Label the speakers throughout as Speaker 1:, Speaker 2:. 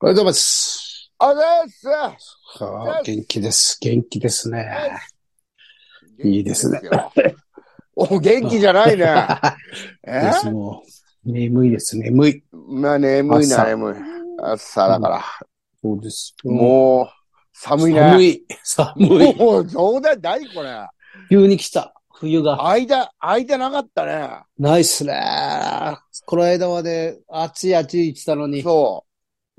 Speaker 1: おはようございます。
Speaker 2: あざっす
Speaker 1: あー元気です。元気ですね。いいですね。
Speaker 2: 元気ですよお、元気じゃないね。え
Speaker 1: ですもう眠いです、眠い。
Speaker 2: まあ眠い
Speaker 1: 朝
Speaker 2: な、眠い。朝だから。
Speaker 1: そうです。
Speaker 2: もう、寒いね。
Speaker 1: 寒い。寒い。
Speaker 2: もう、冗談、何これ。
Speaker 1: 急に来た。冬が。
Speaker 2: 間、間なかったね。
Speaker 1: ないっすね。この間まで暑い暑い言ってたのに。
Speaker 2: そ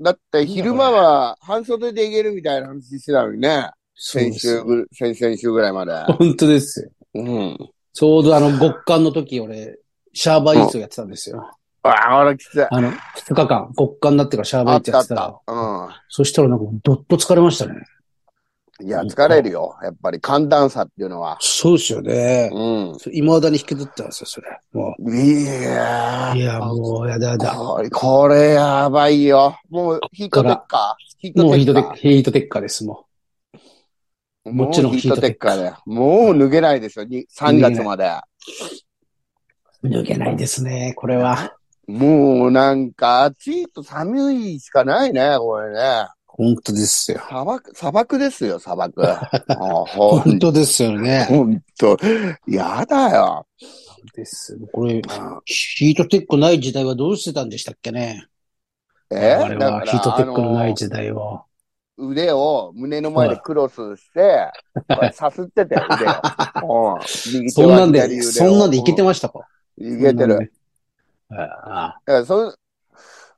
Speaker 2: う。だって、昼間は半袖でいけるみたいな話してたのにね。
Speaker 1: そうで
Speaker 2: 先
Speaker 1: す
Speaker 2: 週ぐ、先々週ぐらい まで。
Speaker 1: 本当ですよ。
Speaker 2: うん。
Speaker 1: ちょうどあの極寒の時、俺、シャーバーイーツをやってたんですよ。
Speaker 2: ああ、俺きつい。
Speaker 1: あの、2日間、極寒になってからシャーバー
Speaker 2: あ
Speaker 1: イー
Speaker 2: っ
Speaker 1: ツ
Speaker 2: た
Speaker 1: や
Speaker 2: あ
Speaker 1: って
Speaker 2: った
Speaker 1: ら
Speaker 2: た。。う
Speaker 1: そしたらなんかどっと疲れましたね。
Speaker 2: ん。いや、疲れるよ。やっぱり寒暖差っていうのは。
Speaker 1: そうですよね。
Speaker 2: うん。
Speaker 1: 未だに引きずってますよ、それ。もう。
Speaker 2: いやー
Speaker 1: いや、もう、やだやだ。
Speaker 2: これ、これやばいよ。もう、ヒートテッカーヒー
Speaker 1: もうヒー
Speaker 2: ト
Speaker 1: トテ
Speaker 2: テッ
Speaker 1: ッ
Speaker 2: カ
Speaker 1: カ、ヒートテッカです、も
Speaker 2: ー。
Speaker 1: もちろん
Speaker 2: う
Speaker 1: ヒートテッカー
Speaker 2: ヒーだよ。もう脱げないですよ。に3月まで。
Speaker 1: う。抜けないですね、これは。
Speaker 2: もうなんか暑いと寒いしかないね、これね。
Speaker 1: 本当ですよ。
Speaker 2: 砂漠、砂漠ですよ、砂 漠。もうほ
Speaker 1: 本
Speaker 2: ん
Speaker 1: 当ですよね。
Speaker 2: ほんと。やだよ。
Speaker 1: です。これ、ヒートテックない時代はどうしてたんでしたっけね。
Speaker 2: え
Speaker 1: 我々はヒートテックのない
Speaker 2: あ
Speaker 1: 時代を。
Speaker 2: の腕を胸の前でクロスして、これさすってて、腕 を。うん右手
Speaker 1: そん
Speaker 2: は
Speaker 1: なん
Speaker 2: 左腕
Speaker 1: で、
Speaker 2: を
Speaker 1: そんなんでいけてましたか
Speaker 2: うんいけてる。。
Speaker 1: ああ、
Speaker 2: だからそう、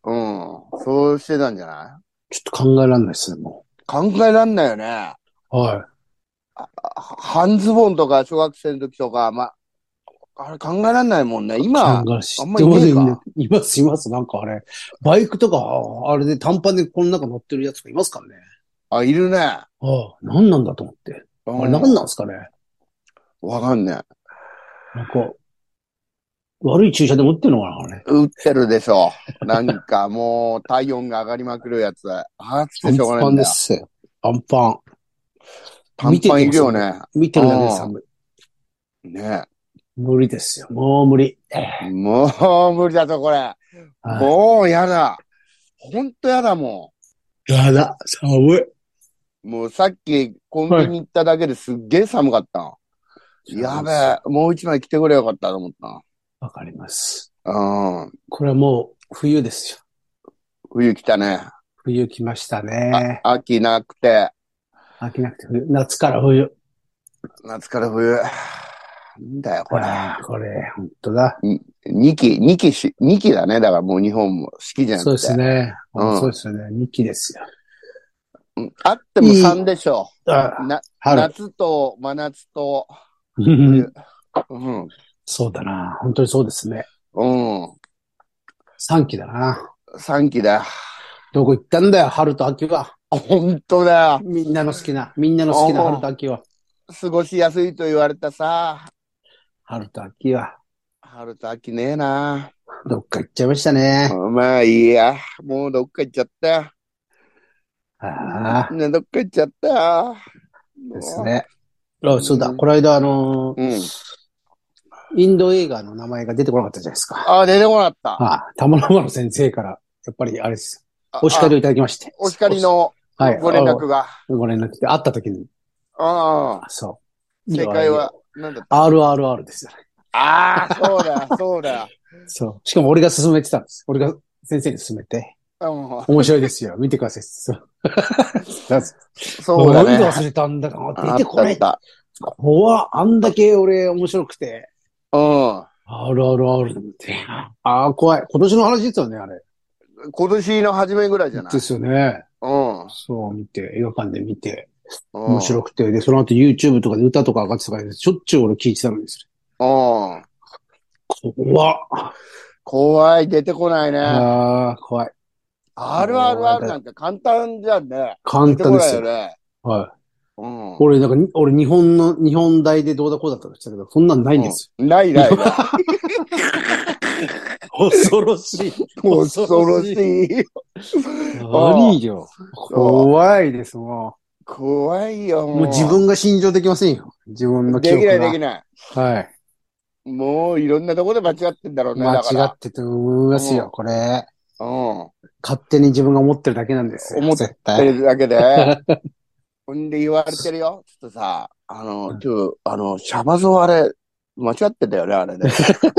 Speaker 2: うん、そうしてたんじゃない
Speaker 1: ちょっと考えられないですね、も
Speaker 2: 考えらんないよね。あ
Speaker 1: う。は
Speaker 2: 半ズボンとか小学生の時とか、ま、あれ考えらんないもんね。
Speaker 1: い。
Speaker 2: 今、
Speaker 1: 考え知
Speaker 2: あ
Speaker 1: っ
Speaker 2: ん
Speaker 1: て
Speaker 2: ま
Speaker 1: ま
Speaker 2: いね
Speaker 1: せ
Speaker 2: え
Speaker 1: んね
Speaker 2: か。
Speaker 1: います、います。なんかあれ、バイクとか、あれで短パンでこの中乗ってるやつがいますからね。
Speaker 2: あ、いるね。
Speaker 1: ああ、何なんだと思って。あれ
Speaker 2: うん
Speaker 1: 何なんですかね。
Speaker 2: わかんね
Speaker 1: なんか、悪い注射で持ってるのかな、あれ。
Speaker 2: え。打ってるでしょ。なんかもう体温が上がりまくるやつ。暑くてしょうがないんだよ。
Speaker 1: すよ。アンパ
Speaker 2: 短パンいるよね。
Speaker 1: ン。見てるだけで寒い。
Speaker 2: ね
Speaker 1: 無理ですよ。もう無理。
Speaker 2: えもう無理だぞ、これ。
Speaker 1: は
Speaker 2: もうやだ。ほんとやだもん。
Speaker 1: いやだ、寒い。
Speaker 2: もうさっきコンビニ行っただけですっげえ寒かったの。やべえ、もう一枚来てくれよかったと思っ
Speaker 1: わかります。
Speaker 2: たの。うん。
Speaker 1: これはもう冬ですよ。
Speaker 2: 冬来たね。
Speaker 1: 冬来ましたね。
Speaker 2: 秋なくて、
Speaker 1: 飽きなくて冬。夏から冬。
Speaker 2: 夏から冬。なんだよ、これ。
Speaker 1: ああこれ、本当だ。
Speaker 2: 二期、二期し、二期だね。だからもう日本も四季じゃなくて。
Speaker 1: そうですね。
Speaker 2: うん
Speaker 1: そうですよね。2期ですよ。
Speaker 2: うんあっても三でしょ
Speaker 1: あ
Speaker 2: う。な
Speaker 1: 春。
Speaker 2: 夏と真夏と、うん。
Speaker 1: そうだな。本当にそうですね。
Speaker 2: うん。
Speaker 1: 3期だな。
Speaker 2: 三期だ。
Speaker 1: どこ行ったんだよ、春と秋は。
Speaker 2: 本当だよ。
Speaker 1: みんなの好きな、みんなの好きな
Speaker 2: おう
Speaker 1: 春と秋は。
Speaker 2: 過ごしやすいと言われたさ、
Speaker 1: 春と秋は。
Speaker 2: 春と秋ねえな。
Speaker 1: どっか行っちゃいましたね。
Speaker 2: まあいいや、もうどっか行っちゃった。
Speaker 1: ああ、
Speaker 2: ね、どっか行っちゃった。
Speaker 1: ですね。あそうだ、
Speaker 2: うん
Speaker 1: この間あのー
Speaker 2: うん。
Speaker 1: インド映画の名前が出てこなかったじゃないですか。
Speaker 2: あ、出てこなかった。
Speaker 1: ああ、玉の間の先生から、やっぱりあれです。
Speaker 2: あ
Speaker 1: お叱り
Speaker 2: あ
Speaker 1: をいただきまして。
Speaker 2: お叱りの
Speaker 1: はい
Speaker 2: ご連絡が。
Speaker 1: おご連絡で、会った時に。
Speaker 2: ああ、
Speaker 1: そう。
Speaker 2: 正解は、なんだった
Speaker 1: RRR ですよね。
Speaker 2: ああ、そうだ、そうだ。
Speaker 1: そう。しかも俺が勧めてたんです。俺が先生に勧めて。
Speaker 2: うん
Speaker 1: 面白いですよ。見てください。 そう。
Speaker 2: そうだ
Speaker 1: なんで
Speaker 2: ね。
Speaker 1: 忘れたんだか
Speaker 2: あ
Speaker 1: な。出てこない
Speaker 2: っ。た
Speaker 1: 怖っあんだけ俺面白くて。
Speaker 2: あっ
Speaker 1: あるあるあるって。ああ、怖い。今年の話ですよね、あれ。
Speaker 2: た。うん。今年の初めぐらいじゃない
Speaker 1: ですよね。
Speaker 2: うん。うん
Speaker 1: そう、見て、映画館で見て、面白くて、で、その後 YouTube とかで歌とか上がってたからね、しょっちゅう俺聞いてたのにす
Speaker 2: うん。
Speaker 1: る。怖っ。
Speaker 2: 怖い、出てこないね。
Speaker 1: ああ、怖い。
Speaker 2: RRR なんて簡単じゃんね。
Speaker 1: 簡
Speaker 2: 出てこ
Speaker 1: 単で
Speaker 2: ない
Speaker 1: す
Speaker 2: よ
Speaker 1: よ。
Speaker 2: ね。
Speaker 1: は
Speaker 2: うん
Speaker 1: い。。俺、なんかに、俺、日本の、日本大でどうだこうだとか言ってたけど、そんなんないんです
Speaker 2: ない ないない。
Speaker 1: よ。恐ろしい。
Speaker 2: 恐ろしい。
Speaker 1: 何よ。怖いです、も
Speaker 2: 怖いよ。
Speaker 1: う。もう自分が信情できませんよ。自分の記
Speaker 2: で
Speaker 1: 憶
Speaker 2: き
Speaker 1: が。
Speaker 2: ないできない。
Speaker 1: はい。
Speaker 2: もういろんなところで間違ってんだろうね。
Speaker 1: 間
Speaker 2: だか
Speaker 1: 違
Speaker 2: ら
Speaker 1: ってて思います
Speaker 2: うん
Speaker 1: よ、これ。
Speaker 2: うん。
Speaker 1: 勝手に自分が思ってるだけなんですよ。
Speaker 2: 思っ
Speaker 1: 絶
Speaker 2: テレ
Speaker 1: 対。
Speaker 2: ビだけで。 ほんで言われてるよ。ちょっとさ、あの、ちょ、あの、シャバゾウあれ、間違ってたよね、あれね。い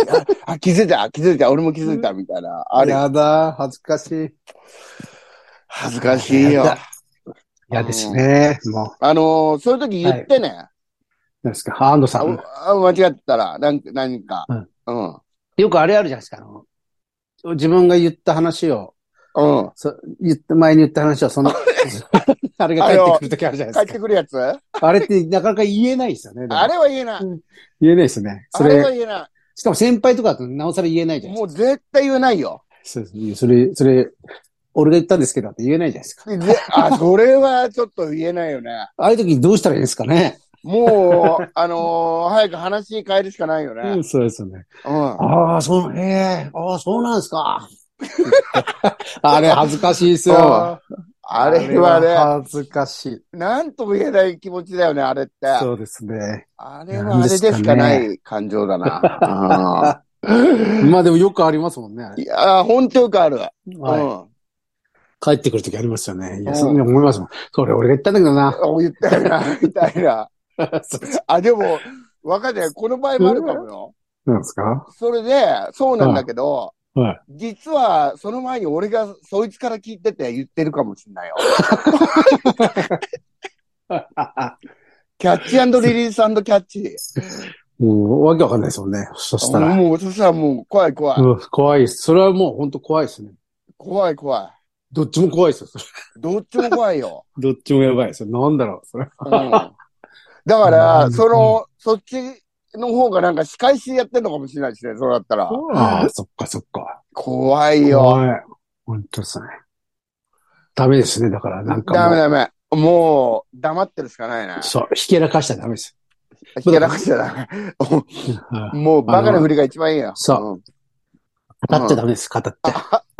Speaker 2: やあ、気づいた、気づいた、俺も気づいた、みたいな。あれ、
Speaker 1: やだ、恥ずかしい。
Speaker 2: 恥ずかしいよ
Speaker 1: や。だ嫌ですね。も
Speaker 2: あのー、そういう時言ってね。
Speaker 1: う、なんですか、ハーンドさん。
Speaker 2: ああ間違ってたら、なんか何か。
Speaker 1: う
Speaker 2: うんん。うん。
Speaker 1: よくあれあるじゃないですか。あの自分が言った話を、そ言った前に言った話を、 その、あれが帰ってくるときあるじゃな
Speaker 2: 帰っ
Speaker 1: いです
Speaker 2: てくるやつあ
Speaker 1: か。あれってなかなか言えないですよね。でも
Speaker 2: れは言えない。
Speaker 1: 言えないですね。そ
Speaker 2: あれは
Speaker 1: れ、
Speaker 2: 言えな
Speaker 1: しかも先輩とかだとなおさら言えないじ
Speaker 2: い。
Speaker 1: ゃないです
Speaker 2: も
Speaker 1: か。
Speaker 2: う絶対言えないよ。
Speaker 1: そうですそれ、それ、俺が言ったんですけどって言えないじゃないですか。
Speaker 2: ぜあ、それはちょっと言えないよね。
Speaker 1: ああいう時どうしたらいいですかね。
Speaker 2: もう、あのー早く話に変えるしかないよ
Speaker 1: う
Speaker 2: ね
Speaker 1: ん、。そうですよね。
Speaker 2: うん。
Speaker 1: ああ、そう、へえ、ああ、そうなんですか。 あれ恥ずかしい ですよ。
Speaker 2: あれは
Speaker 1: あれ
Speaker 2: ね、
Speaker 1: は恥ずかしい。
Speaker 2: なんとも言えない気持ちだよね、あれって。
Speaker 1: そうですね。
Speaker 2: あれはあれでしかない感情だな。うん
Speaker 1: まあでもよくありますもんね。あれ
Speaker 2: いやー、ほんとよくある。
Speaker 1: はい
Speaker 2: うん。
Speaker 1: 帰ってくるときありますよね。いや、
Speaker 2: うん
Speaker 1: そう思いますもん。それ俺が言ったんだけど な。
Speaker 2: お言ったよな、みたいな。あ、でも、わかんない。この場合もあるかもよ。
Speaker 1: なんです か
Speaker 2: それで、そうなんだけど、
Speaker 1: はい。
Speaker 2: 実は、その前に俺がそいつから聞いてて言ってるかもしんないよ。キャッチリリースキャッチ。
Speaker 1: もう、わけわかんないですもんね。そしたら。
Speaker 2: もう、そしたらもう、怖い怖い。
Speaker 1: うん怖いです。それはもう本当怖いですね。
Speaker 2: 怖い怖い。
Speaker 1: どっちも怖いですよ。それ
Speaker 2: どっちも怖いよ。
Speaker 1: どっちもやばいですよ。なんだろう、それ。
Speaker 2: うん、だから
Speaker 1: う、ん
Speaker 2: その、そっちの方がなんか仕返しやってんのかもしれないしね、そうだったら。
Speaker 1: ああ、そっかそっか。
Speaker 2: 怖いよ。
Speaker 1: 怖い。本当ですね。ダメですね。だから、なんかもう。
Speaker 2: ダメダメ。もう、黙ってるしかないな。
Speaker 1: そう、ひけらかしたらダメです。
Speaker 2: ひけらかしちゃダ
Speaker 1: うん
Speaker 2: メ。もう、バカな振りが一番いいよ。
Speaker 1: そ語っちゃダメです、語って。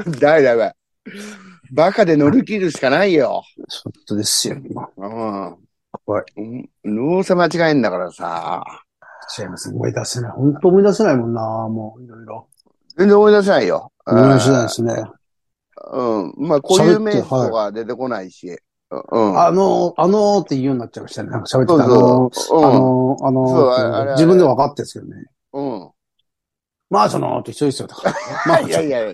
Speaker 2: うん。ダメダメ。バカで乗り切るしかないよ。
Speaker 1: 本当ですよ。まあ
Speaker 2: うん。
Speaker 1: 怖い。
Speaker 2: どうせ間違えんだからさ。
Speaker 1: 違います。思い出せない。本当思い出せないもんな、もう、いろいろ。
Speaker 2: 全然思い出せないよ。
Speaker 1: 思い出せないですね。
Speaker 2: うん。まあ、こういう名詞とか出てこないし。うん。
Speaker 1: あの、あのーって言うようになっちゃいましたね。なんか喋って
Speaker 2: そう
Speaker 1: た。あの
Speaker 2: そう。
Speaker 1: ー、あ
Speaker 2: うん
Speaker 1: のー、あの
Speaker 2: そう
Speaker 1: ーって
Speaker 2: あれあれ
Speaker 1: 自分では分かってるんですけどね。
Speaker 2: うん。
Speaker 1: まあ、そのーと一緒ですよ。だから。まあ、
Speaker 2: いやいやいや。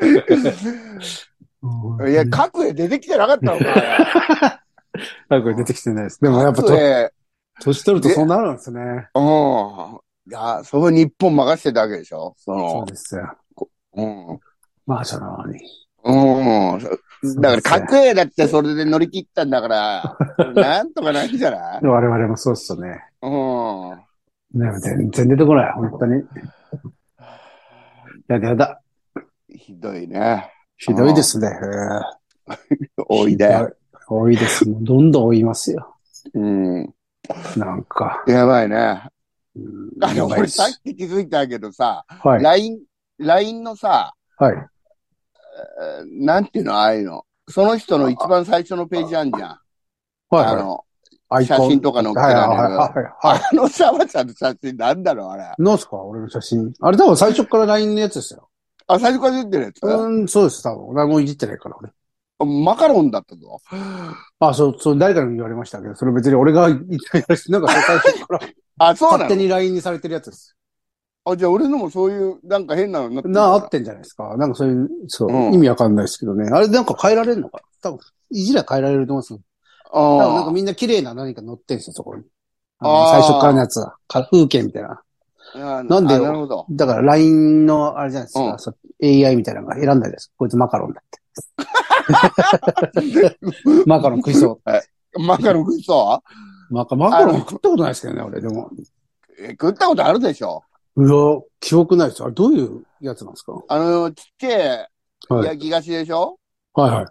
Speaker 1: うん
Speaker 2: いや、各へ出てきてな かったのか。
Speaker 1: なんか出てきてないです。でもやっぱ
Speaker 2: 各
Speaker 1: と、
Speaker 2: へ、
Speaker 1: 年取るとそうなるんですね。
Speaker 2: うん。いや、そこ日本任せてたわけでしょ
Speaker 1: そ
Speaker 2: その
Speaker 1: う、ですよ。
Speaker 2: うん。
Speaker 1: まあ、そのーに。
Speaker 2: うん。だから、各へだってそれで乗り切ったん だから、なんとかないんじゃない
Speaker 1: 我々もそうっすよね。
Speaker 2: うん。
Speaker 1: でも全然出てこない、本 当に。やだやだ。
Speaker 2: ひどいね。
Speaker 1: ひどいですね。
Speaker 2: おいで。。
Speaker 1: 多いです。もうどんどん多いますよ。
Speaker 2: うん。
Speaker 1: なんか。
Speaker 2: やばいね。
Speaker 1: うん
Speaker 2: あの、
Speaker 1: やばい
Speaker 2: 俺
Speaker 1: っす
Speaker 2: さっき気づいたけどさ、
Speaker 1: はい。
Speaker 2: LINE、LINE のさ、
Speaker 1: はい。
Speaker 2: えーなんていうのああいうの。その人の一番最初のページあんじゃん。あ
Speaker 1: は
Speaker 2: の、
Speaker 1: い。
Speaker 2: 写真とか載っ
Speaker 1: の
Speaker 2: け
Speaker 1: はい
Speaker 2: ら
Speaker 1: はい
Speaker 2: れる。
Speaker 1: はい。はい。
Speaker 2: あのシャワちゃんの写真なんだろうあれ。
Speaker 1: 何すか俺の写真。あれ多分最初から LINE のやつですよ。
Speaker 2: あ、最初から出てるやつ、
Speaker 1: うん、そうです、多分。俺はもういじってないから、俺。
Speaker 2: マカロンだったぞ。
Speaker 1: あ、そう、そう、誰からも言われましたけど、それ別に俺が言ったやつ、なんか最初から
Speaker 2: あ、そうな
Speaker 1: 勝手
Speaker 2: の
Speaker 1: に LINE にされてるやつです。
Speaker 2: あ、じゃあ俺のもそういう、なんか変なのになってる
Speaker 1: な、あってんじゃないですか。なんかそういう、そう、
Speaker 2: うん
Speaker 1: 意味わかんないですけどね。あれなんか変えられるのかな多分、いじりゃ変えられると思うんですよ。多分なん
Speaker 2: あ
Speaker 1: かみんな綺麗な何か乗ってんすよ、そこに。あ
Speaker 2: あ
Speaker 1: の
Speaker 2: ー
Speaker 1: 最初からのやつは。か風景みたいな。
Speaker 2: あ。
Speaker 1: なんで
Speaker 2: あ
Speaker 1: よ
Speaker 2: なるほど。
Speaker 1: だから LINE の、あれじゃないです
Speaker 2: う
Speaker 1: か。
Speaker 2: ん
Speaker 1: そう AI みたいなのが選んだじゃないですか。こいつマカロンだ って。マカロン食いそう。
Speaker 2: マカロン食いそ
Speaker 1: マカマカロン食ったことないですけどね、俺。でも。
Speaker 2: うえ食ったことあるでしょ
Speaker 1: うわ、記憶ないです。あれどういうやつなんですかは
Speaker 2: あの、ちっちゃい
Speaker 1: はい
Speaker 2: 焼き菓子でしょ、
Speaker 1: いは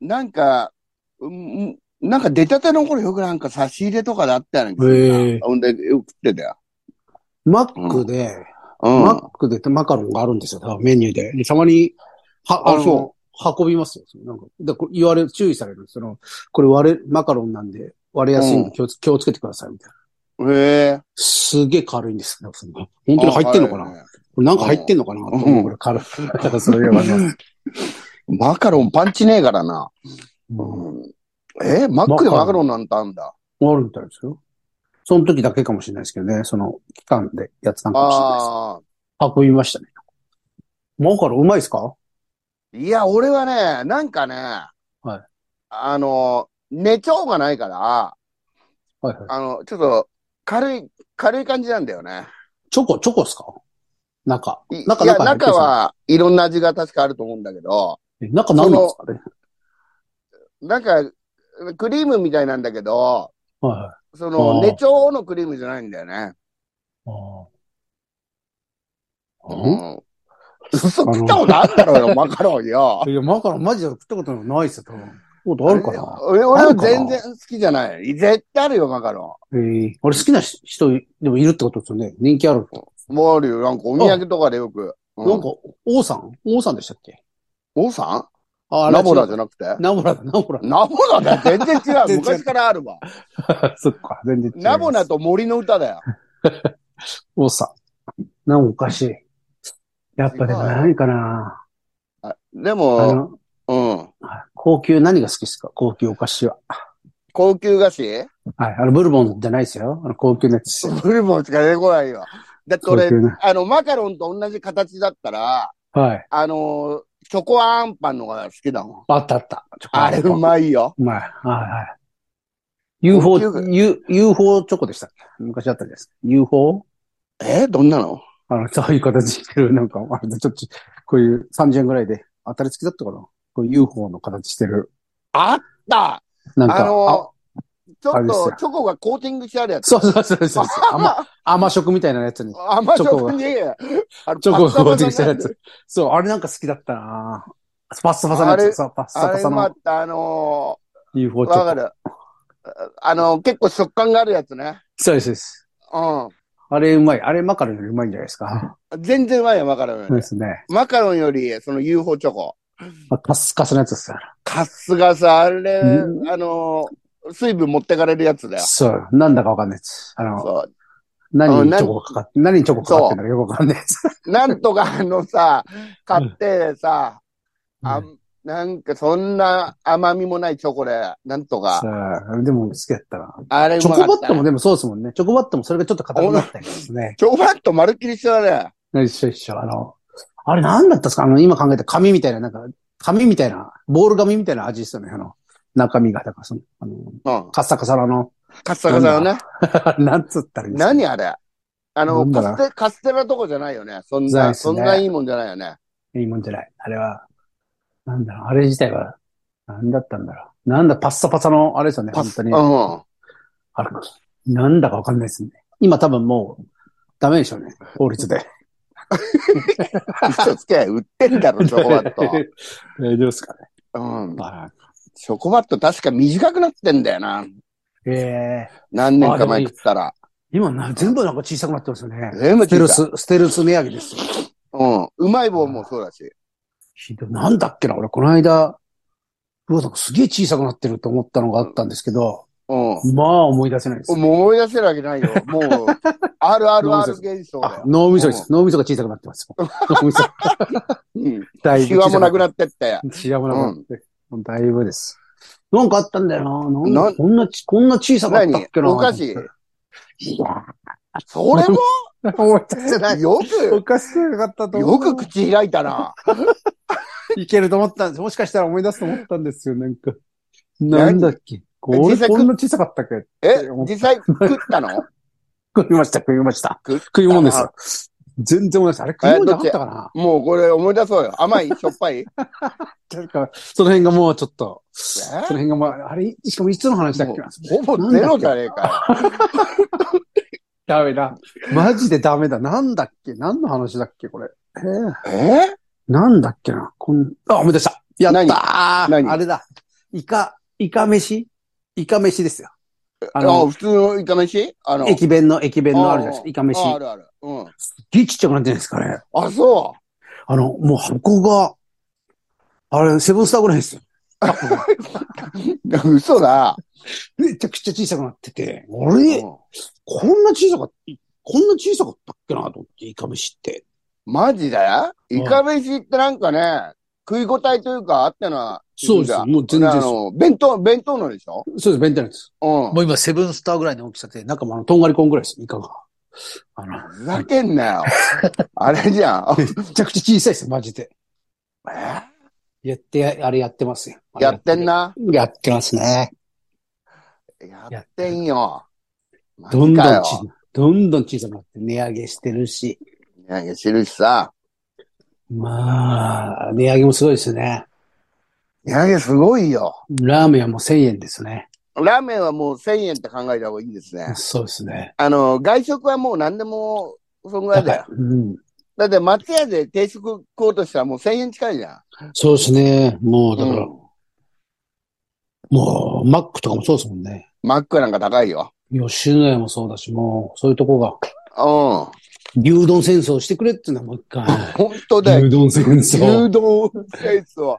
Speaker 1: い。
Speaker 2: なんか、うん、なんか出たての頃よくなんか差し入れとかであったよね。
Speaker 1: へえ
Speaker 2: ほんで、よく食ってたよ。
Speaker 1: マックで、
Speaker 2: うん。
Speaker 1: マックでマカロンがあるんですよ、多分メニューで。で、たまに、は、
Speaker 2: あ
Speaker 1: あの、
Speaker 2: そ
Speaker 1: 運びますよ。なんか、でこれ言われ、注意されるんですその、これ割れ、マカロンなんで割れやすいんで気をつ,、気をつけてください、みたい
Speaker 2: へえ。
Speaker 1: すげえ軽いんですよ。その本当に入ってんのかな、
Speaker 2: あはい
Speaker 1: これなんか入ってんのかなと思うこれ軽い。だからそれはね。
Speaker 2: マカロンパンチねえからな。
Speaker 1: うん
Speaker 2: えマックでマカロンなんてあんだ。
Speaker 1: あるみたいですよ。その時だけかもしれないですけどね、その期間でやってたのかもしれないです。
Speaker 2: ああ。
Speaker 1: 運びましたね。マカロンうまいですか
Speaker 2: いや、俺はね、なんかね、
Speaker 1: はい
Speaker 2: あの、寝ちゃおうがないから、
Speaker 1: はいはい。
Speaker 2: あの、ちょっと、軽い、軽い感じなんだよね。
Speaker 1: チョコ、チョコですか中。
Speaker 2: い
Speaker 1: 中
Speaker 2: いや、
Speaker 1: 中入ってる
Speaker 2: 中はいろんな味が確かあると思うんだけど、
Speaker 1: え中何なんですかね
Speaker 2: なんか、クリームみたいなんだけど、
Speaker 1: はいはい。
Speaker 2: そ
Speaker 1: あー
Speaker 2: の、寝ちゃおうのクリームじゃないんだよね。
Speaker 1: あ
Speaker 2: う
Speaker 1: ー
Speaker 2: ん。嘘食ったことあるだろ うよ、マカロンよ。
Speaker 1: んいや、マカロンマジで食ったことないですよ、多分。食ったことあるかな
Speaker 2: 俺俺
Speaker 1: あ
Speaker 2: は
Speaker 1: るかな
Speaker 2: 全然好きじゃない。絶対あるよ、マカロ
Speaker 1: えー、俺好きなし人でもいるってことですよね。人気あると。
Speaker 2: ン。もうあるよ、なんかお土産とかでよく。う
Speaker 1: なんか、王さん王さんでしたっけ
Speaker 2: 王さん
Speaker 1: あ
Speaker 2: ナボラじゃ
Speaker 1: な
Speaker 2: なくて
Speaker 1: ナボラだ、ナボラだ。
Speaker 2: ナボナだよ、全 然違う。
Speaker 1: 全然違う
Speaker 2: 昔からある わ。
Speaker 1: そっか、全然違う。
Speaker 2: ナボナと森の歌だよ。
Speaker 1: 王さん。なんかおかしい。やっぱでも何かな
Speaker 2: あで
Speaker 1: あ
Speaker 2: も、
Speaker 1: の、
Speaker 2: うん。
Speaker 1: 高級何が好きですか高級お菓子は。
Speaker 2: 高級菓子
Speaker 1: はい。あの、ブルボンじゃないですよ。あの、高級なやつですよ。
Speaker 2: ブルボンしか出てこないよ。だって
Speaker 1: 高
Speaker 2: 俺、
Speaker 1: 級な。
Speaker 2: あの、マカロンと同じ形だったら、
Speaker 1: はい。
Speaker 2: あの、チョコアンパンのが好きだもん。
Speaker 1: あったあった。チョコ
Speaker 2: あれう
Speaker 1: い。
Speaker 2: まいよ。
Speaker 1: うまい。はいはい。UFO
Speaker 2: 高級、が
Speaker 1: U、UFO チョコでしたっけ昔あったじゃないですか。UFO?
Speaker 2: えどんなの
Speaker 1: あの、そういう形してる、なんか、あれでちょっと、こういう30円ぐらいで当たり付きだったかなこういう UFO の形してる。
Speaker 2: あった
Speaker 1: なんか、
Speaker 2: あの、ち
Speaker 1: あ
Speaker 2: ょ
Speaker 1: れ
Speaker 2: っ
Speaker 1: です
Speaker 2: と
Speaker 1: よ
Speaker 2: チョコがコーティングしてあるやつ。
Speaker 1: そうそうそうそうそう。甘、甘食みたいなやつに。
Speaker 2: 甘チョコに、あの
Speaker 1: チョコがコーティング
Speaker 2: パッサパサにな
Speaker 1: してるやつ。そう、あれなんか好きだったなパッサパサのや
Speaker 2: あれ
Speaker 1: つ。そう、パッサ
Speaker 2: あ
Speaker 1: パ
Speaker 2: れ
Speaker 1: サ
Speaker 2: ま
Speaker 1: の
Speaker 2: た、あの
Speaker 1: UFO
Speaker 2: ー、
Speaker 1: チョ
Speaker 2: わか
Speaker 1: コ。
Speaker 2: る。あの、結構食感があるやつね。
Speaker 1: そうですそうです。
Speaker 2: う
Speaker 1: あれうまい。あれマカロンよりうまいんじゃないですか。
Speaker 2: ん。全然うまいよ、マカロンよ
Speaker 1: そう
Speaker 2: り
Speaker 1: で。すね。
Speaker 2: マカロンより、その UFO チョコ。
Speaker 1: まあ、カスカスのやつですよ。
Speaker 2: カスがさ、あれ、
Speaker 1: う
Speaker 2: あのー、水分持ってかれるやつだよ。
Speaker 1: そう。なんだかわかんないやつ。あの、
Speaker 2: そ
Speaker 1: 何に
Speaker 2: あ
Speaker 1: チ
Speaker 2: の
Speaker 1: ョコかかって、何にチョコかかってんだかよくわかんないやつ。
Speaker 2: う。なんとかあのさ、買ってさ、あ
Speaker 1: うん
Speaker 2: んなんかそんな甘みもないチョコで、なんとか。
Speaker 1: そう。でも好きだったな。
Speaker 2: あれう
Speaker 1: チョ
Speaker 2: まか
Speaker 1: コ
Speaker 2: っ
Speaker 1: バ
Speaker 2: た
Speaker 1: ットもでもそうですもんね。チョコバットもそれがちょっと硬くなったりですね。
Speaker 2: チョコバット丸っきりしてたね。
Speaker 1: 一緒一緒。あの、あれ何だったんですかあの、今考えた紙みたいな、なんか、紙みたいな、ボール紙みたいな味ですよね。あの、中身が。だからその、あの、
Speaker 2: うん。
Speaker 1: カッサカサのあの、
Speaker 2: カッサカサのね。
Speaker 1: なんつったらいいんですか
Speaker 2: 何あれあ
Speaker 1: な
Speaker 2: の、
Speaker 1: んだろ
Speaker 2: カ
Speaker 1: う
Speaker 2: ステ、カステラとこじゃないよね。そん
Speaker 1: そう
Speaker 2: な、
Speaker 1: です
Speaker 2: そ
Speaker 1: ね
Speaker 2: んないいもんじゃないよね。
Speaker 1: いいもんじゃない。あれは、なんだろう、あれ自体は、なんだったんだろう。なんだ、パッサパサの、あれですよね、本当に。
Speaker 2: うん。
Speaker 1: あれなんだかわかんないですね。今多分もう、ダメでしょうね。法律で。
Speaker 2: 嘘つけ、売ってんだろ、チョコバット。
Speaker 1: 大丈夫ですかね。
Speaker 2: うん。
Speaker 1: まあ、
Speaker 2: チョコバット確か短くなってんだよな。
Speaker 1: ええ
Speaker 2: 何年か前食ったら。
Speaker 1: 今な、全部なんか小さくなってますよね。
Speaker 2: 全部
Speaker 1: ステ
Speaker 2: 小
Speaker 1: ル
Speaker 2: さい。
Speaker 1: ス、ステルス値上げですよ。
Speaker 2: うん。うまい棒もそうだし。
Speaker 1: ひどい。なんだっけな、俺、この間、うわ、なんかすげえ小さくなってると思ったのがあったんですけど、
Speaker 2: うん。
Speaker 1: まあ思い出せないです。
Speaker 2: もう思い出せるわけないよ。もう、RRR 現象だ
Speaker 1: あ、
Speaker 2: よ。
Speaker 1: 脳みそです。脳みそが小さくなってます。脳 みそ。
Speaker 2: うん。
Speaker 1: だいぶ
Speaker 2: シワもなく
Speaker 1: なっ
Speaker 2: なってって。
Speaker 1: て。シワもなくなって。もうだいぶです。なんかあったんだよな。なん
Speaker 2: な
Speaker 1: こんなち、こんな小さかったっけな。
Speaker 2: 何おかしい
Speaker 1: いや
Speaker 2: それ も、
Speaker 1: ー、思い出せない。
Speaker 2: よく、
Speaker 1: かしくなかった
Speaker 2: よく口開いたな。
Speaker 1: いけると思ったんです。もしかしたら思い出すと思ったんですよ、なんか。なんだっけ。こ
Speaker 2: 実
Speaker 1: れ
Speaker 2: 際
Speaker 1: こんな小さかったっけ
Speaker 2: え、実際食った の
Speaker 1: 食いました、食いました。
Speaker 2: 食っ
Speaker 1: 食い物ですよ。全然思い出した。あれ食い物じゃなかったかな
Speaker 2: もうこれ思い出そうよ。甘いしょっぱい
Speaker 1: なんか、その辺がもうちょっと、
Speaker 2: え
Speaker 1: その辺がもう、あれ、しかもいつの話だっけな
Speaker 2: ほぼゼロじゃねえか
Speaker 1: ダメだ。マジでダメだ。なんだっけ何の話だっけこれ。えー
Speaker 2: よ。え
Speaker 1: なんだっけなこん、あ、思い出した。やったー
Speaker 2: 何何
Speaker 1: あれだ。イカ、イカ飯イカ飯ですよ。あ
Speaker 2: あ
Speaker 1: の、
Speaker 2: 普通のイカ飯あの、
Speaker 1: 駅弁の、駅弁のあるじゃないです
Speaker 2: う
Speaker 1: か。
Speaker 2: ん
Speaker 1: イカ飯。
Speaker 2: ああるある。うん。
Speaker 1: すっげえちっちゃくなってないですかね。
Speaker 2: あ、そ
Speaker 1: あの、もう箱が、あれ、セブンスターぐらいですよ。
Speaker 2: う。嘘だ。
Speaker 1: めちゃくちゃ小さくなってて、俺、
Speaker 2: うん
Speaker 1: こんな小さかった、こんな小さかったっけなと思って、イカ飯って。
Speaker 2: マジでイカ飯ってなんかね、食い応えというかあったのは、
Speaker 1: そうです
Speaker 2: じゃあ
Speaker 1: もう全然
Speaker 2: あ
Speaker 1: そう
Speaker 2: の、弁当、弁当のでしょ
Speaker 1: そうです、弁当なんです。
Speaker 2: うん
Speaker 1: も。う今、セブンスターぐらいの大きさで、中もあの、とんがりコーンぐらいです、イカが。あの、
Speaker 2: ふざけん なよ。あれじゃん。
Speaker 1: めちゃくちゃ小さいです、マジで。
Speaker 2: え
Speaker 1: やって、あれやってますよ。
Speaker 2: やってんな。
Speaker 1: やってますね。
Speaker 2: やってんよ。マジ
Speaker 1: どんどん
Speaker 2: かよ
Speaker 1: 小さどんどん小さくなって、値上げしてるし。
Speaker 2: 値上げしてるしさ。
Speaker 1: まあ、値上げもすごいですね。
Speaker 2: 値上げすごいよ。
Speaker 1: ラーメンはもう1000円ですね。
Speaker 2: ラーメンはもう1000円って考えた方がいいですね。
Speaker 1: そうですね。
Speaker 2: あの、外食はもう何でも、そんぐらい だよ。
Speaker 1: うん。
Speaker 2: だって松屋で定食食おうとしたらもう1000円近いじゃん。
Speaker 1: そうですね。もう、だから、
Speaker 2: う
Speaker 1: もう、マックとかもそうですもんね。
Speaker 2: マックなんか高いよ。
Speaker 1: 吉野家もそうだし、もう、そういうとこが、
Speaker 2: うん。本
Speaker 1: 牛丼戦争してくれっていうのはもう一回。
Speaker 2: 当だよ。
Speaker 1: 丼戦
Speaker 2: 牛丼セイスを、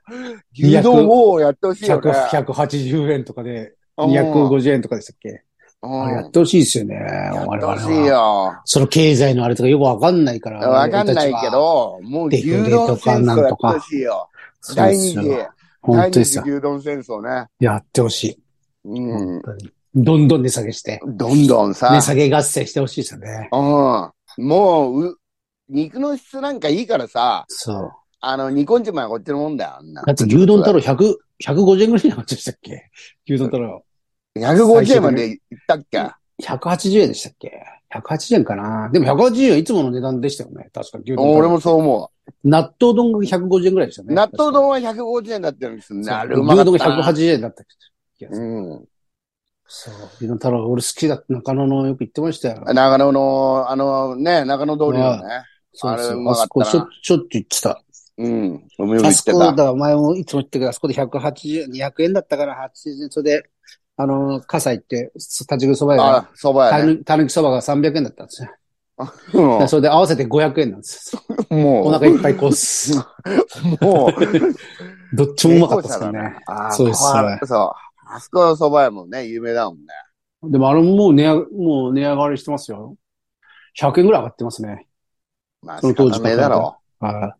Speaker 2: 牛丼をやってほしいよね。
Speaker 1: 180円とかで、
Speaker 2: うん
Speaker 1: 250円とかでしたっけ、
Speaker 2: うん
Speaker 1: あれやってほしいですよね。
Speaker 2: や
Speaker 1: 我
Speaker 2: っ
Speaker 1: 々
Speaker 2: てほ
Speaker 1: は
Speaker 2: しいよ。
Speaker 1: その経済のあれとかよくわかんないから。
Speaker 2: わかんない
Speaker 1: 俺
Speaker 2: け
Speaker 1: たちは。
Speaker 2: ど、もう
Speaker 1: デ
Speaker 2: 牛
Speaker 1: フレと
Speaker 2: 丼
Speaker 1: か
Speaker 2: 戦
Speaker 1: な
Speaker 2: 争
Speaker 1: ん
Speaker 2: やって
Speaker 1: とか
Speaker 2: ほしいよ。
Speaker 1: そう
Speaker 2: 第
Speaker 1: で
Speaker 2: 二
Speaker 1: す
Speaker 2: 次
Speaker 1: よ。、本
Speaker 2: 第
Speaker 1: 当
Speaker 2: 二
Speaker 1: です
Speaker 2: 次
Speaker 1: よ。
Speaker 2: 牛丼戦争ね。
Speaker 1: やってほしい。
Speaker 2: うん。
Speaker 1: 本当にどんどん値下げして。
Speaker 2: どんどんさ
Speaker 1: 値、下げ合戦してほしいですよね。
Speaker 2: うん。もう、う肉の質なんかいいからさ、
Speaker 1: そう。
Speaker 2: あの、煮込んじまえこっちのもんだよ、あんな
Speaker 1: だ。って牛丼太郎100、150円ぐらいになっちゃったっけ牛丼太郎。
Speaker 2: 150円までいったっけ
Speaker 1: 180円でしたっけ ?180 円かなでも180円はいつもの値段でしたよね。確か牛丼太郎。
Speaker 2: 俺もそう思
Speaker 1: 納豆丼が150円ぐらいでした
Speaker 2: う。
Speaker 1: ね。
Speaker 2: 納豆丼は150円だったんです
Speaker 1: 確
Speaker 2: ね。
Speaker 1: か
Speaker 2: あれうまかった
Speaker 1: 牛丼が
Speaker 2: な。
Speaker 1: 180円だった気がする。
Speaker 2: うん。
Speaker 1: そう。牛丼太郎、俺好きだって中野のよく言ってましたよ。
Speaker 2: 長野の、あのね、長野通りのね。
Speaker 1: そうです
Speaker 2: あれう
Speaker 1: よ。
Speaker 2: ま
Speaker 1: あ
Speaker 2: かっ
Speaker 1: そ
Speaker 2: た
Speaker 1: こ
Speaker 2: な
Speaker 1: しょしょっちゅう言ってた。
Speaker 2: うん。おみお
Speaker 1: あ
Speaker 2: 言っ
Speaker 1: そ
Speaker 2: て
Speaker 1: こだ
Speaker 2: た。
Speaker 1: から前もいつも言ってたけど、あそこで180、200円だったから80円。それで、あの、笠西って、立ち食いそば屋
Speaker 2: あ、そば
Speaker 1: た
Speaker 2: やね。
Speaker 1: ぬたぬきそばが300円だったんですよ。
Speaker 2: うん
Speaker 1: だからそれで合わせて500円なんですよ。
Speaker 2: もう。
Speaker 1: お腹いっぱいこうす。
Speaker 2: もう。
Speaker 1: どっちもうまかったですからね
Speaker 2: 猫舎。だなあー
Speaker 1: そうです
Speaker 2: こ
Speaker 1: はい
Speaker 2: そう。あそこの蕎麦屋もね、有名だもんね。
Speaker 1: でもあれももう値上げ、もう値上がりしてますよ。100円ぐらい上がってますね。
Speaker 2: まあ、
Speaker 1: その当時
Speaker 2: 仕方ねえだろ。
Speaker 1: あ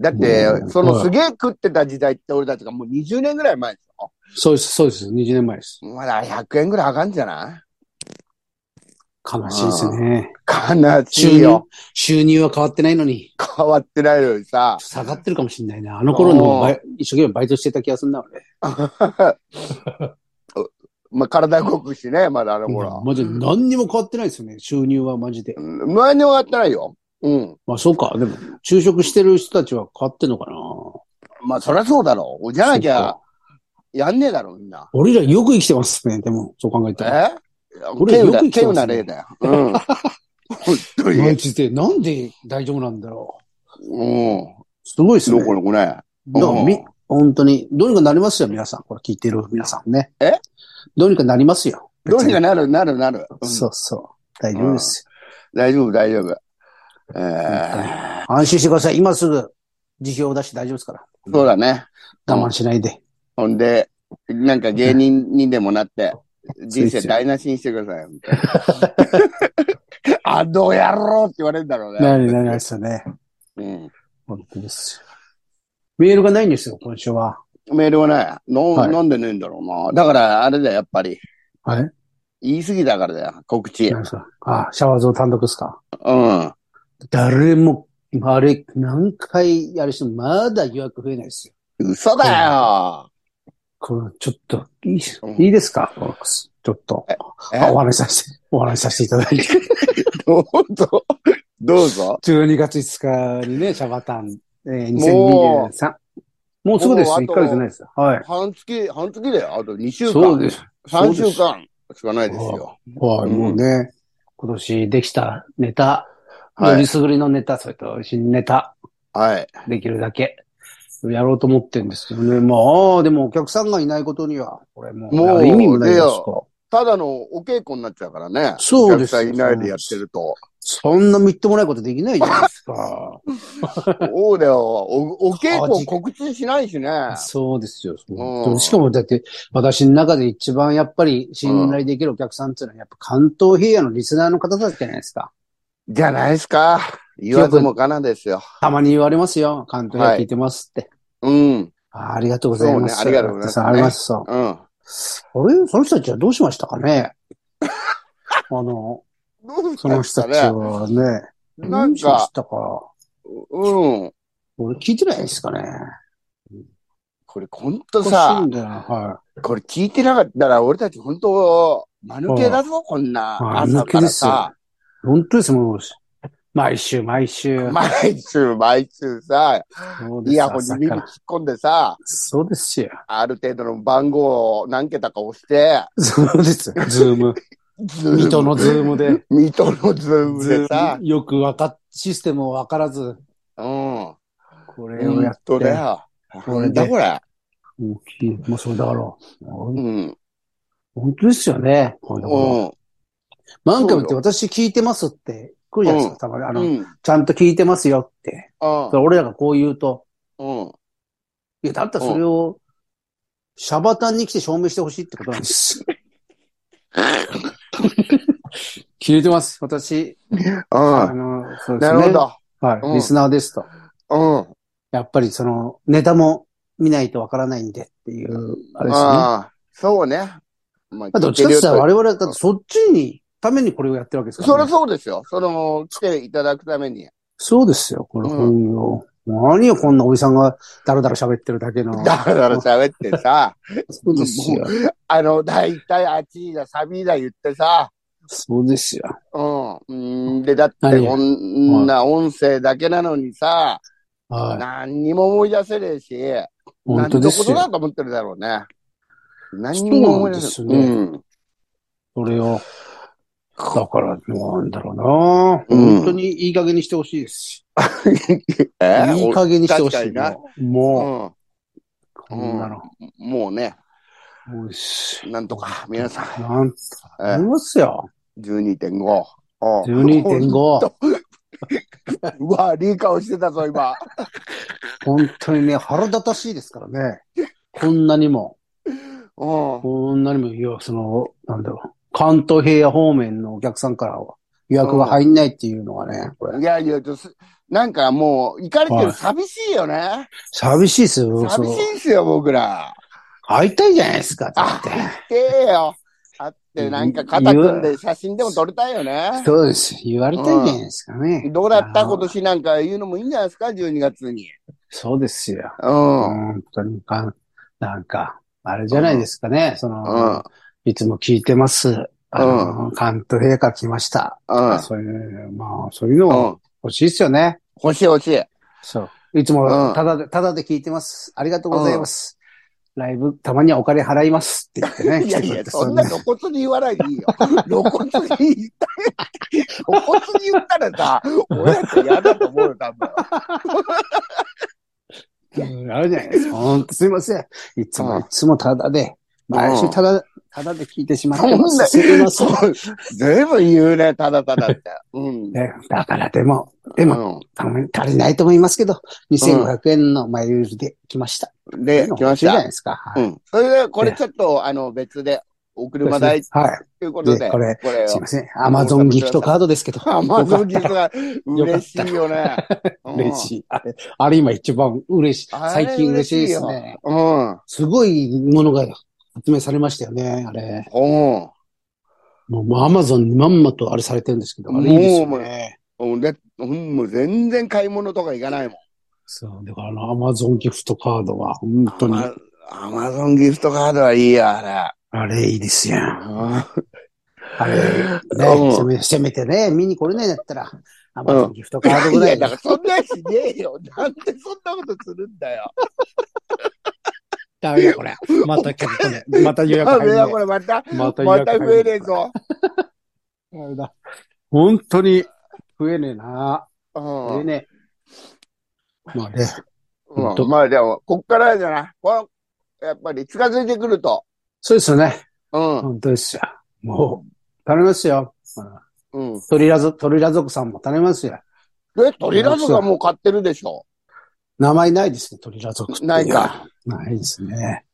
Speaker 2: だって
Speaker 1: うん、
Speaker 2: その
Speaker 1: はい
Speaker 2: すげえ食ってた時代って俺たちがもう20年ぐらい前でしょ
Speaker 1: そうです、そうです。20年前です。
Speaker 2: まだ100円ぐらい上がんじゃない
Speaker 1: 悲しいですね。
Speaker 2: 悲
Speaker 1: 収
Speaker 2: しい
Speaker 1: 入
Speaker 2: よ。、
Speaker 1: 収入は変わってないのに、
Speaker 2: 変わってないのにさ。
Speaker 1: 下がってるかもしれないな。あの頃のバイ一生懸命バイトしてた気がするな、俺。
Speaker 2: まあ、体動くしね、まだあの
Speaker 1: うん
Speaker 2: 頃。
Speaker 1: マジで何にも変わってないですよね。収入はマジで。
Speaker 2: うん前に上がってないよ。うん。
Speaker 1: まあそうか。でも、就職してる人たちは変わってんのかな
Speaker 2: まあ、そりゃそうだろう。じゃなき
Speaker 1: そっ
Speaker 2: ゃ
Speaker 1: か、
Speaker 2: やんねえだろ、みんな。
Speaker 1: 俺らよく生きてますね。でも、そう考えたら。
Speaker 2: え
Speaker 1: 俺
Speaker 2: 稀有
Speaker 1: よ
Speaker 2: な、
Speaker 1: く生きて
Speaker 2: 稀有
Speaker 1: ます
Speaker 2: な
Speaker 1: ね
Speaker 2: 例だよ。う ん。本当に
Speaker 1: マ。ジで、なんで大丈夫なんだろう。
Speaker 2: うん。
Speaker 1: すごいです
Speaker 2: ど
Speaker 1: ね。
Speaker 2: このこね。
Speaker 1: だからみ
Speaker 2: うん
Speaker 1: 本当に、どうにかなりますよ、皆さん。これ聞いてる皆さんね。
Speaker 2: え
Speaker 1: どうにかなりますよ。
Speaker 2: どうにか
Speaker 1: な
Speaker 2: なる、なる、なる。うん
Speaker 1: そうそう。大丈夫です
Speaker 2: 大丈夫、大丈夫。え
Speaker 1: 本
Speaker 2: ー、
Speaker 1: よ。安心してください。今すぐ、辞表を出して大丈夫ですから。
Speaker 2: そうだね。
Speaker 1: 我慢しないで。
Speaker 2: ほんで、なんか芸人にでもなって、人生台無しにしてくださいみたい な。あの野郎って言われるんだろうね。
Speaker 1: なりなりですよね。
Speaker 2: うん
Speaker 1: 本当ですよ。メールがないんですよ、今週は。
Speaker 2: メールはね、の
Speaker 1: はい
Speaker 2: なんでねえんだろうな。だから、あれだよ、やっぱり。
Speaker 1: はい。
Speaker 2: 言い過ぎだからだよ、告知。うん。
Speaker 1: 何ですかあ、シャワーズを単独ですか誰も、あれ、何回やる人、まだ予約増えないですよ。
Speaker 2: 嘘だよ。
Speaker 1: これ、ちょっと、いい
Speaker 2: うん
Speaker 1: いいですかこのちょっと。
Speaker 2: え
Speaker 1: あお話しさせて、お話しさせていただい て。
Speaker 2: どうぞ。どうぞ。
Speaker 1: 12月5日にね、シャバタン、えー、
Speaker 2: も
Speaker 1: 2023。もうすぐですよ。
Speaker 2: もうあ
Speaker 1: 1
Speaker 2: と
Speaker 1: ヶ月ないですよ。はい。
Speaker 2: 半月、半月だよ。あと2週間。
Speaker 1: そうです。
Speaker 2: 3週間しかないですよ。
Speaker 1: はい、
Speaker 2: うん
Speaker 1: もうね、今年できたネタ、
Speaker 2: はい
Speaker 1: よりすぐりのネタ、それと新ネタ、
Speaker 2: はい。
Speaker 1: できるだけ、やろうと思ってるんですけどね。まあ、でもお客さんがいないことには、これもう、
Speaker 2: もう
Speaker 1: やる意味もないですか。
Speaker 2: ただのお稽古になっちゃうからね。
Speaker 1: そうです
Speaker 2: お客さんいないでやってると。
Speaker 1: そんなみっともないことできないじゃない ですか。
Speaker 2: そうだよ。お、お稽古を告知しないしね。
Speaker 1: そうですよ。
Speaker 2: うん
Speaker 1: しかもだって、私の中で一番やっぱり信頼できるお客さんっていうのは、やっぱ関東平野のリスナーの方たちじゃないですか。
Speaker 2: じゃないですか。言わずもかなですよ。
Speaker 1: たまに言われますよ。関東平野聞いてますって。
Speaker 2: うん。
Speaker 1: あありがとうございます。
Speaker 2: そうねありがとうございます
Speaker 1: あります。そう
Speaker 2: うん。
Speaker 1: あれその人たちはどうしましたかね あの、
Speaker 2: どう
Speaker 1: その人たち
Speaker 2: ね。
Speaker 1: はね、
Speaker 2: な
Speaker 1: ど
Speaker 2: ん
Speaker 1: うしま
Speaker 2: か
Speaker 1: し、たか。
Speaker 2: うん。
Speaker 1: 俺聞いてないですかね。
Speaker 2: これほんとさ
Speaker 1: おかしい、んだよなは
Speaker 2: これ聞いてなかったら俺たちほんと、間抜けだぞ、こんな。
Speaker 1: 間
Speaker 2: 朝
Speaker 1: 抜
Speaker 2: か
Speaker 1: けで
Speaker 2: ら
Speaker 1: すよ
Speaker 2: さ、
Speaker 1: い。本当です、もう。毎週、毎週。
Speaker 2: 毎週毎週さ、
Speaker 1: そうで
Speaker 2: イ
Speaker 1: す
Speaker 2: ヤホンに
Speaker 1: 朝
Speaker 2: 耳
Speaker 1: か
Speaker 2: 突っ
Speaker 1: ら
Speaker 2: 込んでさ、
Speaker 1: そうですよ。
Speaker 2: ある程度の番号を何桁か押して、
Speaker 1: そうですよ。ズー ム。
Speaker 2: ず
Speaker 1: 水戸のズームで。
Speaker 2: 水戸のズーム
Speaker 1: ズ
Speaker 2: でさ
Speaker 1: ー、ムよくわかっ、システムをわからず、
Speaker 2: うん。
Speaker 1: これをやって。
Speaker 2: 本当だよ。
Speaker 1: こ
Speaker 2: な
Speaker 1: れ
Speaker 2: ん
Speaker 1: で
Speaker 2: だこれ。
Speaker 1: 大きい。もうそれだから。ほ
Speaker 2: うんん。
Speaker 1: 本当ですよね。こういうところ
Speaker 2: うん。
Speaker 1: 何回も言って私聞いてますって来るじゃないですか、たまに。あ
Speaker 2: う
Speaker 1: の、
Speaker 2: ん。
Speaker 1: ちゃんと聞いてますよって。
Speaker 2: う
Speaker 1: そ
Speaker 2: ん
Speaker 1: れ俺らがこう言うと、
Speaker 2: うん。
Speaker 1: いや、だったらそれを、シャバタンに来て証明してほしいってことなんです。 聞いてます、私。あ
Speaker 2: う
Speaker 1: の、そうで
Speaker 2: な
Speaker 1: すね。
Speaker 2: るほど。
Speaker 1: はい、
Speaker 2: うん
Speaker 1: リスナーですと。
Speaker 2: うん。
Speaker 1: やっぱりその、ネタも見ないとわからないんでっていう、あれですね。ま
Speaker 2: ああ、そうね。まあ
Speaker 1: あ、どっちかって言ったら我々はだってそっちに、ためにこれをやってるわけですか
Speaker 2: そり
Speaker 1: ら、
Speaker 2: ゃ
Speaker 1: ね。
Speaker 2: そうですよ。その、来ていただくために。
Speaker 1: そうですよ、この本業。何よ、こんなおじさんがだらだら喋ってるだけの。
Speaker 2: だから喋ってさ、
Speaker 1: そうですよ。
Speaker 2: あの、だいたいあっちだ、サビだ言ってさ、
Speaker 1: そうですよ。
Speaker 2: うん。んで、だって
Speaker 1: 何
Speaker 2: こんな音声だけなのにさ、
Speaker 1: はい。
Speaker 2: 何にも思い出せねえし、
Speaker 1: 本当で
Speaker 2: 何のこ
Speaker 1: す
Speaker 2: とだ
Speaker 1: よ。
Speaker 2: と思ってるだろうね。何にも思い出せ
Speaker 1: そうなんですね
Speaker 2: うん。
Speaker 1: それを。だから、なんだろうな、
Speaker 2: うん
Speaker 1: 本当にいい加減にしてほしいです。
Speaker 2: え
Speaker 1: いい加減にしてほし
Speaker 2: 確
Speaker 1: い。
Speaker 2: かにな
Speaker 1: も
Speaker 2: う
Speaker 1: う、こ
Speaker 2: ん
Speaker 1: んなの。
Speaker 2: もうね、
Speaker 1: もうし。
Speaker 2: なんとか、皆さん、
Speaker 1: なんと
Speaker 2: え
Speaker 1: 思いますよ。
Speaker 2: 12.5。うん
Speaker 1: 12.5。
Speaker 2: うわ、いい顔してたぞ、今。
Speaker 1: 本当にね、腹立たしいですからね。こんなにも。
Speaker 2: う
Speaker 1: こんなにも、いや、その、なんだろう。関東平野方面のお客さんからは予約が入んないっていうのがね、これ
Speaker 2: ん。い。やいや、ちょすなんかもう、行かれて
Speaker 1: は
Speaker 2: る
Speaker 1: い
Speaker 2: 寂しいよね。
Speaker 1: 寂しいですよ、
Speaker 2: 寂
Speaker 1: そ
Speaker 2: し
Speaker 1: う。
Speaker 2: いんすよ、僕ら。
Speaker 1: 会いたいじゃないですか、だって。
Speaker 2: ええよ。あって、なんか肩組んで写真でも撮りたいよね。
Speaker 1: そうです。言われたいじゃないですかね。
Speaker 2: どうだった
Speaker 1: あの
Speaker 2: 今年なんか言うのもいいんじゃないですか ?12 月に。
Speaker 1: そうですよ。
Speaker 2: うん。うん。
Speaker 1: 本当にか、なんか、あれじゃないですかね。そ
Speaker 2: うん
Speaker 1: の、いつも聞いてます。あの、関東陛下来ました。そういう、まあ、そういう
Speaker 2: う
Speaker 1: の
Speaker 2: ん。
Speaker 1: 欲しいですよね。
Speaker 2: 欲しい欲しい。
Speaker 1: そう。いつ
Speaker 2: うん
Speaker 1: も、ただで、ただで聞いてます。ありがとうございます。ライブ、たまにはお金払いますって言ってね。
Speaker 2: いや
Speaker 1: 来て
Speaker 2: い
Speaker 1: くれ
Speaker 2: や、
Speaker 1: て
Speaker 2: そんな露骨に言わないでいいよ。 露骨に言ったら、露骨に言ったらさ、俺たち嫌だと思うよ、多分。
Speaker 1: うんあるじゃないですか。ほんとすいません。いつ
Speaker 2: う
Speaker 1: も、
Speaker 2: ん
Speaker 1: いつもただで、毎週ただ、ただで聞いてしまっ
Speaker 2: そ
Speaker 1: て
Speaker 2: ん
Speaker 1: ま
Speaker 2: な、
Speaker 1: す。すいません。
Speaker 2: そう、ずいぶん言うね、ただた だって。うん。
Speaker 1: ねだからでも、でも、
Speaker 2: う
Speaker 1: たまに足りないと思いますけど、2500円の前売りで来ました。
Speaker 2: ん、で、
Speaker 1: の
Speaker 2: 来まし
Speaker 1: じゃない
Speaker 2: た。
Speaker 1: ですか。は
Speaker 2: う
Speaker 1: い。
Speaker 2: ん。それで、これちょっと、あの、別で、お車代
Speaker 1: は
Speaker 2: ということで、
Speaker 1: でこれ
Speaker 2: これ
Speaker 1: い。すい
Speaker 2: を
Speaker 1: ま。せん。アマゾンギフトカードですけど。
Speaker 2: アマゾンギ
Speaker 1: よ
Speaker 2: フト
Speaker 1: かっ
Speaker 2: が嬉しいよね。
Speaker 1: た嬉
Speaker 2: い。
Speaker 1: しい。あれ、あれ今一番嬉しい。
Speaker 2: あれ
Speaker 1: 最近嬉しいです
Speaker 2: 嬉
Speaker 1: ね。
Speaker 2: うん。
Speaker 1: すごいものが発明されましたよね、あれ。
Speaker 2: うん。
Speaker 1: もうもうアマゾンにまんまとあれされてるんですけど、あれいいですよ
Speaker 2: もう
Speaker 1: ね。
Speaker 2: うんで、うん、もう全然買い物とか行かないもん。
Speaker 1: そう、だからあのアマゾンギフトカードは本当に、
Speaker 2: あアマゾンギフトカードはいいや、あ
Speaker 1: あれいいですやん。
Speaker 2: れ。
Speaker 1: あれ、ね、
Speaker 2: うん
Speaker 1: せめせめてね、見に来れないんだったら、アマゾンギフトカードぐ
Speaker 2: い
Speaker 1: ら
Speaker 2: や、
Speaker 1: いで
Speaker 2: だからそんなしねえよ。 なんでそんなことするんだよ。
Speaker 1: ダメだ、これ。また客 来ない。また予約
Speaker 2: あ、
Speaker 1: 入ん
Speaker 2: れ
Speaker 1: な
Speaker 2: だ、
Speaker 1: い
Speaker 2: こ。れまた、
Speaker 1: また予
Speaker 2: ま
Speaker 1: 約
Speaker 2: た
Speaker 1: 入んない
Speaker 2: 増えねえぞ。
Speaker 1: ダメだ。本当に増えねえな。増
Speaker 2: う
Speaker 1: え
Speaker 2: ん。
Speaker 1: ねえ。まあね、ほん
Speaker 2: う
Speaker 1: と
Speaker 2: ん、まあでも、こっからじゃない。こうやっぱり近づいてくると。
Speaker 1: そうですよね。
Speaker 2: うん。
Speaker 1: 本当ですよ。もう、頼みますよ。
Speaker 2: うん。
Speaker 1: トリラ族、トリラ族さんも頼みますよ。
Speaker 2: え、トリラズがもう買ってるでしょ。
Speaker 1: 名前ないですね、トリラ族ってう
Speaker 2: ないか。
Speaker 1: ないですね。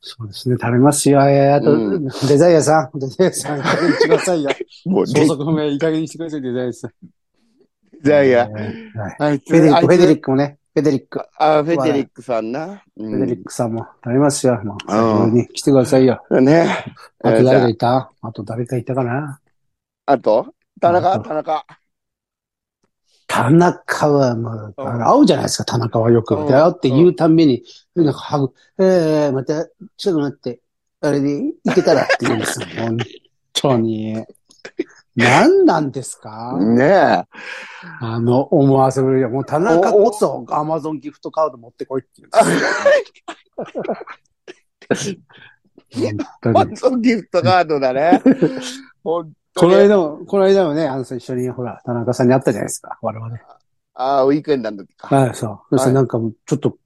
Speaker 1: そうですね、頼みますよ。いやいや、と
Speaker 2: う
Speaker 1: デザイアさん、デザイアさん、いい加減にしてくださ いよ。
Speaker 2: もう、
Speaker 1: 相
Speaker 2: デ
Speaker 1: 続不明、いい加減にしてください、デザイアさん。
Speaker 2: ザイア
Speaker 1: は。い
Speaker 2: あいつ
Speaker 1: フェデリッ
Speaker 2: あい
Speaker 1: ク、
Speaker 2: つ
Speaker 1: フェデリックもね、フェデリック、
Speaker 2: あ、フェデリックさんな。
Speaker 1: フェデリ
Speaker 2: う
Speaker 1: ックさんも頼みますよ。もう、
Speaker 2: うん
Speaker 1: 本当に来てくださいよ。
Speaker 2: ん。ね。
Speaker 1: あ
Speaker 2: え
Speaker 1: と
Speaker 2: ーじ
Speaker 1: 誰
Speaker 2: ゃ
Speaker 1: がいたあと誰かいたかな
Speaker 2: ああと田
Speaker 1: あ
Speaker 2: 中
Speaker 1: と
Speaker 2: 田中。
Speaker 1: 田中は、まあ、
Speaker 2: うん
Speaker 1: あの会うじゃないですか、田中はよく。
Speaker 2: うん
Speaker 1: で、会うって言うたんびに、なんか、はぐ、ええまた、ちょっと待って、あれで、いけたらって言うんです よ、本当に。何なんですか
Speaker 2: ね
Speaker 1: あの、思わせぶりは。もう田中こそ、アマゾンギフトカード持ってこいって言うんですよ。
Speaker 2: え。
Speaker 1: 本当
Speaker 2: マ
Speaker 1: に。
Speaker 2: ゾンギフトカードだね。本
Speaker 1: こ
Speaker 2: 当
Speaker 1: の
Speaker 2: に。
Speaker 1: 間も、この間もね、あの、一緒に、ほら、田中さんに会ったじゃないですか、我々。
Speaker 2: ああ、ウィークエンドの時か。
Speaker 1: はい、そう。そしてなんか、ちょっと、フ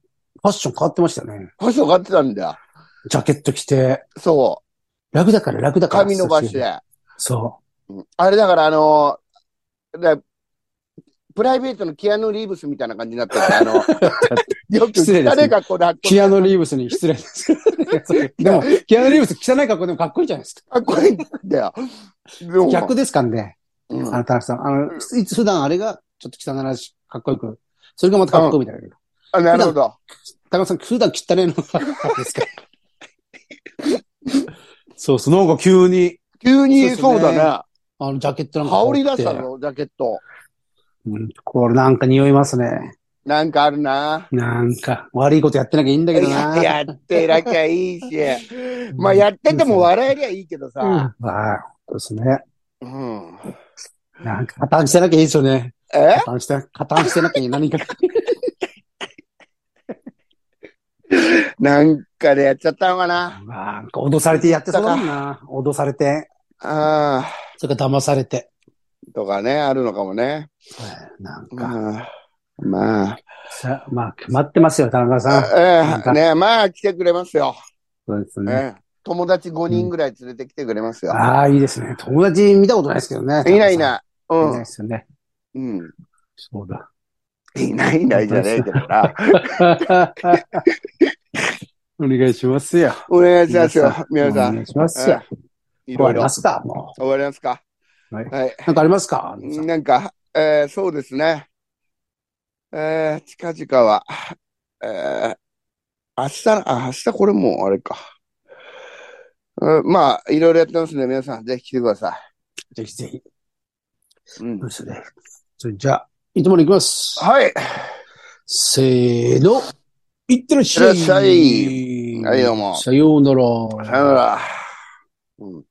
Speaker 1: ァッション変わってましたね。
Speaker 2: ファッション買ってたんだよ。
Speaker 1: ジャケット着て、
Speaker 2: そ
Speaker 1: 楽だから楽だ
Speaker 2: う。
Speaker 1: から。
Speaker 2: 髪伸ばして。
Speaker 1: そ
Speaker 2: うんあれだから、あのだプライベートのキアヌ・リーブスみたいな感じになってるあ の、よく
Speaker 1: 失礼です
Speaker 2: 誰がこの
Speaker 1: う。キアノ・リーブスに失礼ですけどねで も、キアノ・リーブス汚い格好でもかっこいいじゃないですか。
Speaker 2: かっこいいんだよ。でも
Speaker 1: 逆ですかんね。
Speaker 2: うん
Speaker 1: あの、田中さん。あの、いつ普段あれが、ちょっと汚らしい、かっこよく。それがまたかっこいいみたいな。
Speaker 2: あなるほど。
Speaker 1: 田中さん、普段汚いのが、ですか そうそう。なんか急に、
Speaker 2: 急に
Speaker 1: そ
Speaker 2: そうう
Speaker 1: ですね
Speaker 2: だ
Speaker 1: あの、ジャケットな
Speaker 2: ね。
Speaker 1: んか
Speaker 2: 羽
Speaker 1: 羽織
Speaker 2: 織
Speaker 1: っ
Speaker 2: り出
Speaker 1: て
Speaker 2: した。ぞ、ジャケット。
Speaker 1: うん、これなんか匂いますね。
Speaker 2: なんかあるな。
Speaker 1: なんか、悪いことやってなきゃいいんだけどな。
Speaker 2: ややってなきゃいいし。まあ、やってても笑えりゃいいけど
Speaker 1: うん
Speaker 2: さ。
Speaker 1: まあ、そうですね。
Speaker 2: うん。
Speaker 1: なんか、加担してなきゃいいですよね。
Speaker 2: え
Speaker 1: 加担して、加担してなきゃいい。何 か。
Speaker 2: なんかでやっちゃったのかな。
Speaker 1: なんか、脅されてやってそうだもんな。脅されて、
Speaker 2: ああ、
Speaker 1: それから騙されて。
Speaker 2: とかね、あるのかもね。
Speaker 1: なんか、
Speaker 2: まあ、まあ。
Speaker 1: さ、まあ、決まってますよ、田中さん。なん
Speaker 2: え
Speaker 1: か
Speaker 2: え、ねまあ来てくれますよ。
Speaker 1: そうですね。
Speaker 2: ええ友達5人ぐらい連れてきてくれますよ。
Speaker 1: ああ、いいですね。友達見たことないですけどね。
Speaker 2: いないいない。
Speaker 1: 田中さん。いないで
Speaker 2: う
Speaker 1: すよね。
Speaker 2: ん。うん。
Speaker 1: そうだ。
Speaker 2: いないいないじゃねえけどな。
Speaker 1: お願いしますよ。
Speaker 2: お願いしますよ、皆
Speaker 1: お
Speaker 2: さ
Speaker 1: 願
Speaker 2: ん
Speaker 1: い。しますよ。終
Speaker 2: いろ
Speaker 1: わ
Speaker 2: い
Speaker 1: り
Speaker 2: ろ
Speaker 1: ま。すか、も
Speaker 2: 終わりますか。
Speaker 1: はい
Speaker 2: はい。
Speaker 1: う。なんかありますか
Speaker 2: なんか、えーそうですね。えー近々は、えー明日な、あ、明日これもうあれか。うんまあ、いろいろやってますんで、皆さん、ぜひ来てくださ
Speaker 1: ぜひぜひ。
Speaker 2: い。うん
Speaker 1: そうですね。それじゃあ、いつもの行きます。
Speaker 2: はい。
Speaker 1: せーの。いってらっしゃい。
Speaker 2: いってらっしゃいはいどうも
Speaker 1: さようなら。
Speaker 2: さよなら。うん